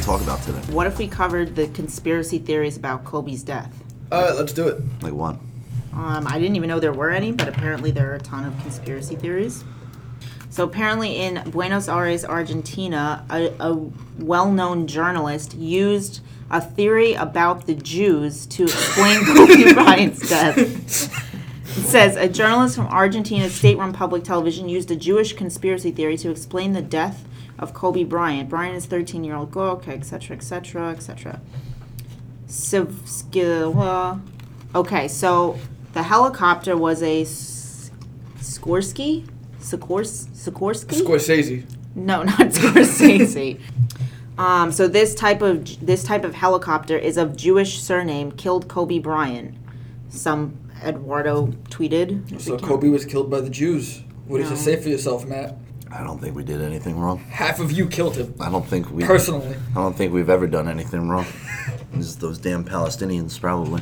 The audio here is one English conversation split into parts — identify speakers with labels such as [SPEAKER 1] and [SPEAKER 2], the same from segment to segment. [SPEAKER 1] talk about today?
[SPEAKER 2] What if we covered the conspiracy theories about Kobe's death?
[SPEAKER 3] All right, let's do it.
[SPEAKER 1] Like one.
[SPEAKER 2] Um, I didn't even know there were any, but apparently there are a ton of conspiracy theories. So apparently, in Buenos Aires, Argentina, a, a well-known journalist used a theory about the Jews to explain Kobe Bryant's death. It says a journalist from Argentina's state-run public television used a Jewish conspiracy theory to explain the death of Kobe Bryant. Bryant is 13-year-old girl, okay, etc., etc., etc. Sivskilla. Okay, so the helicopter was a S- Skorsky? Sikors- Sikorsky?
[SPEAKER 3] Scorsese.
[SPEAKER 2] no, not Scorsese. um, so this type of this type of helicopter is of Jewish surname. Killed Kobe Bryant. Some Eduardo tweeted. if
[SPEAKER 3] So
[SPEAKER 2] we can-
[SPEAKER 3] Kobe was killed by the Jews. What do you
[SPEAKER 2] No.
[SPEAKER 3] say for yourself, Matt?
[SPEAKER 1] I don't think we did anything wrong.
[SPEAKER 3] Half of you killed him
[SPEAKER 1] I don't think we.
[SPEAKER 3] personally.
[SPEAKER 1] I don't think we've ever done anything wrong. It's Just those damn Palestinians, probably.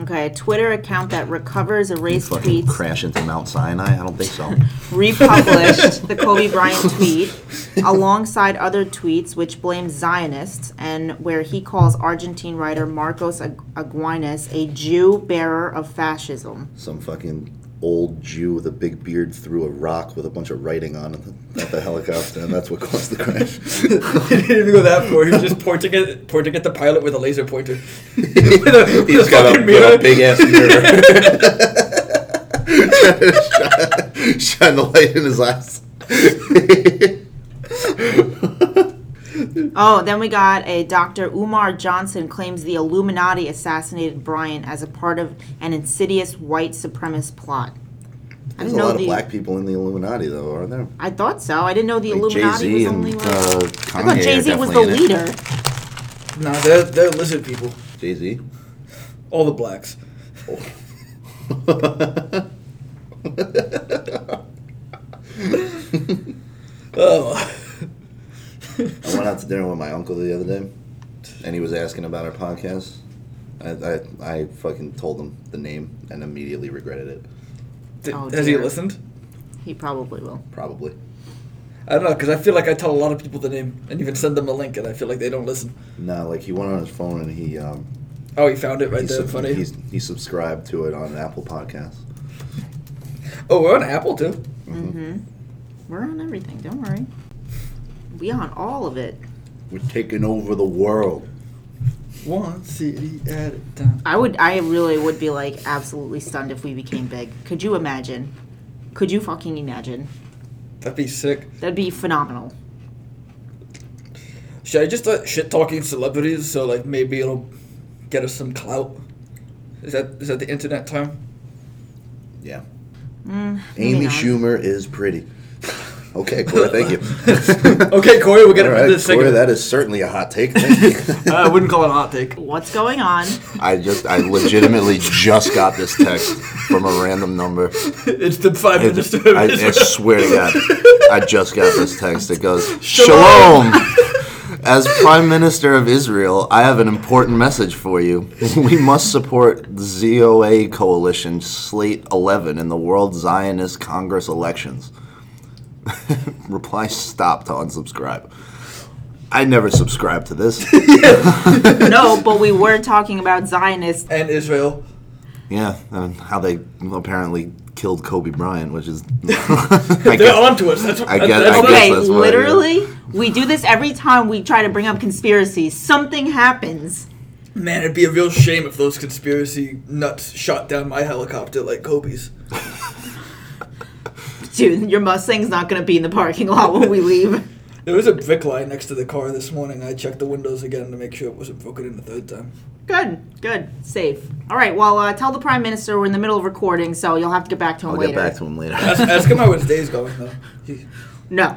[SPEAKER 2] Okay, a Twitter account that recovers erased
[SPEAKER 1] Fucking
[SPEAKER 2] tweets
[SPEAKER 1] crash into Mount Sinai. I don't think so.
[SPEAKER 2] republished the Kobe Bryant tweet alongside other tweets which blame Zionists and where he calls Argentine writer Marcos Ag- Aguinas a Jew bearer of fascism.
[SPEAKER 1] Some fucking old Jew with a big beard threw a rock with a bunch of writing on it at the helicopter, and that's what caused the crash.
[SPEAKER 3] he didn't even go that far. He was just pointing at pointing at the pilot with a laser pointer.
[SPEAKER 4] He just got a, big ass mirror.
[SPEAKER 1] Shine the light in his eyes.
[SPEAKER 2] Oh, then we got a Dr. Umar Johnson claims the Illuminati assassinated Bryant as a part of an insidious white supremacist plot. I
[SPEAKER 1] There's
[SPEAKER 2] didn't
[SPEAKER 1] a
[SPEAKER 2] know
[SPEAKER 1] lot of
[SPEAKER 2] the.
[SPEAKER 1] black people in the Illuminati, though, aren't there?
[SPEAKER 2] I thought so. I didn't know the
[SPEAKER 1] Like
[SPEAKER 2] Illuminati
[SPEAKER 1] Jay-Z
[SPEAKER 2] was only
[SPEAKER 1] and
[SPEAKER 2] like.
[SPEAKER 1] uh,
[SPEAKER 2] I
[SPEAKER 1] Kanye
[SPEAKER 2] thought
[SPEAKER 1] are
[SPEAKER 2] Jay Z was the
[SPEAKER 1] definitely in it.
[SPEAKER 2] leader.
[SPEAKER 3] Nah, they're they're lizard people.
[SPEAKER 1] Jay-Z?
[SPEAKER 3] All the blacks.
[SPEAKER 1] Oh.
[SPEAKER 3] Oh,
[SPEAKER 1] I went out to dinner with my uncle the other day, and he was asking about our podcast. I, I, I fucking told him the name and immediately regretted it.
[SPEAKER 3] Did-
[SPEAKER 2] Oh,
[SPEAKER 3] has he
[SPEAKER 2] dear.
[SPEAKER 3] listened?
[SPEAKER 2] He probably will.
[SPEAKER 1] Probably.
[SPEAKER 3] I don't know because I feel like I tell a lot of people the name and even send them the link, and I feel like they don't listen.
[SPEAKER 1] No, like he went on his phone and he um
[SPEAKER 3] Oh, he found it right
[SPEAKER 1] he,
[SPEAKER 3] there.
[SPEAKER 1] sub-
[SPEAKER 3] Funny.
[SPEAKER 1] he's, he subscribed to it on Apple Podcasts.
[SPEAKER 3] Oh, we're on Apple too.
[SPEAKER 2] Mm-hmm. We're on everything. Don't worry. We on all of it.
[SPEAKER 1] We're taking over the world.
[SPEAKER 3] One city at a time.
[SPEAKER 2] I would. I really would be like absolutely stunned if we became big. Could you imagine? Could you fucking imagine?
[SPEAKER 3] That'd be sick.
[SPEAKER 2] That'd be phenomenal.
[SPEAKER 3] Should I just start shit talking celebrities so like maybe it'll get us some clout? Is that is that the internet term?
[SPEAKER 1] Yeah.
[SPEAKER 2] Mm, maybe
[SPEAKER 1] Amy
[SPEAKER 2] not.
[SPEAKER 1] Schumer is pretty. Okay, Corey, thank you.
[SPEAKER 3] Okay, Corey, we'll get
[SPEAKER 1] All
[SPEAKER 3] into
[SPEAKER 1] right,
[SPEAKER 3] this
[SPEAKER 1] Corey,
[SPEAKER 3] segment.
[SPEAKER 1] that is certainly a hot take. Thank you.
[SPEAKER 3] I wouldn't call it a hot take.
[SPEAKER 2] What's going on?
[SPEAKER 1] I just, I legitimately just got this text from a random number.
[SPEAKER 3] It's the five
[SPEAKER 1] I,
[SPEAKER 3] minutes
[SPEAKER 1] I- I swear to God, I just got this text. It goes, Shalom! As Prime Minister of Israel, I have an important message for you. We must support the ZOA coalition Slate 11 in the World Zionist Congress elections. Reply stop to unsubscribe. I never subscribed to this.
[SPEAKER 2] no, but we were talking about Zionists.
[SPEAKER 3] and Israel.
[SPEAKER 1] Yeah, and how they apparently killed Kobe Bryant, which is. I
[SPEAKER 3] They're
[SPEAKER 1] guess-
[SPEAKER 3] onto us. That's,
[SPEAKER 1] I get-
[SPEAKER 3] that's
[SPEAKER 1] I
[SPEAKER 3] not-
[SPEAKER 1] guess
[SPEAKER 2] Okay,
[SPEAKER 1] that's what it is.
[SPEAKER 2] literally, we do this every time we try to bring up conspiracies. Something happens.
[SPEAKER 3] Man, it'd be a real shame if those conspiracy nuts shot down my helicopter like Kobe's.
[SPEAKER 2] Dude, your Mustang's not going to be in the parking lot when we leave.
[SPEAKER 3] There was a brick line next to the car this morning. I checked the windows again to make sure it wasn't broken in the third time.
[SPEAKER 2] Good, good, safe. All right, well, uh, tell the Prime Minister we're in the middle of recording, so you'll have to get back to him
[SPEAKER 1] I'll
[SPEAKER 2] later.
[SPEAKER 1] get back to him later.
[SPEAKER 3] Ask, ask him how his day's going though. He-
[SPEAKER 2] No.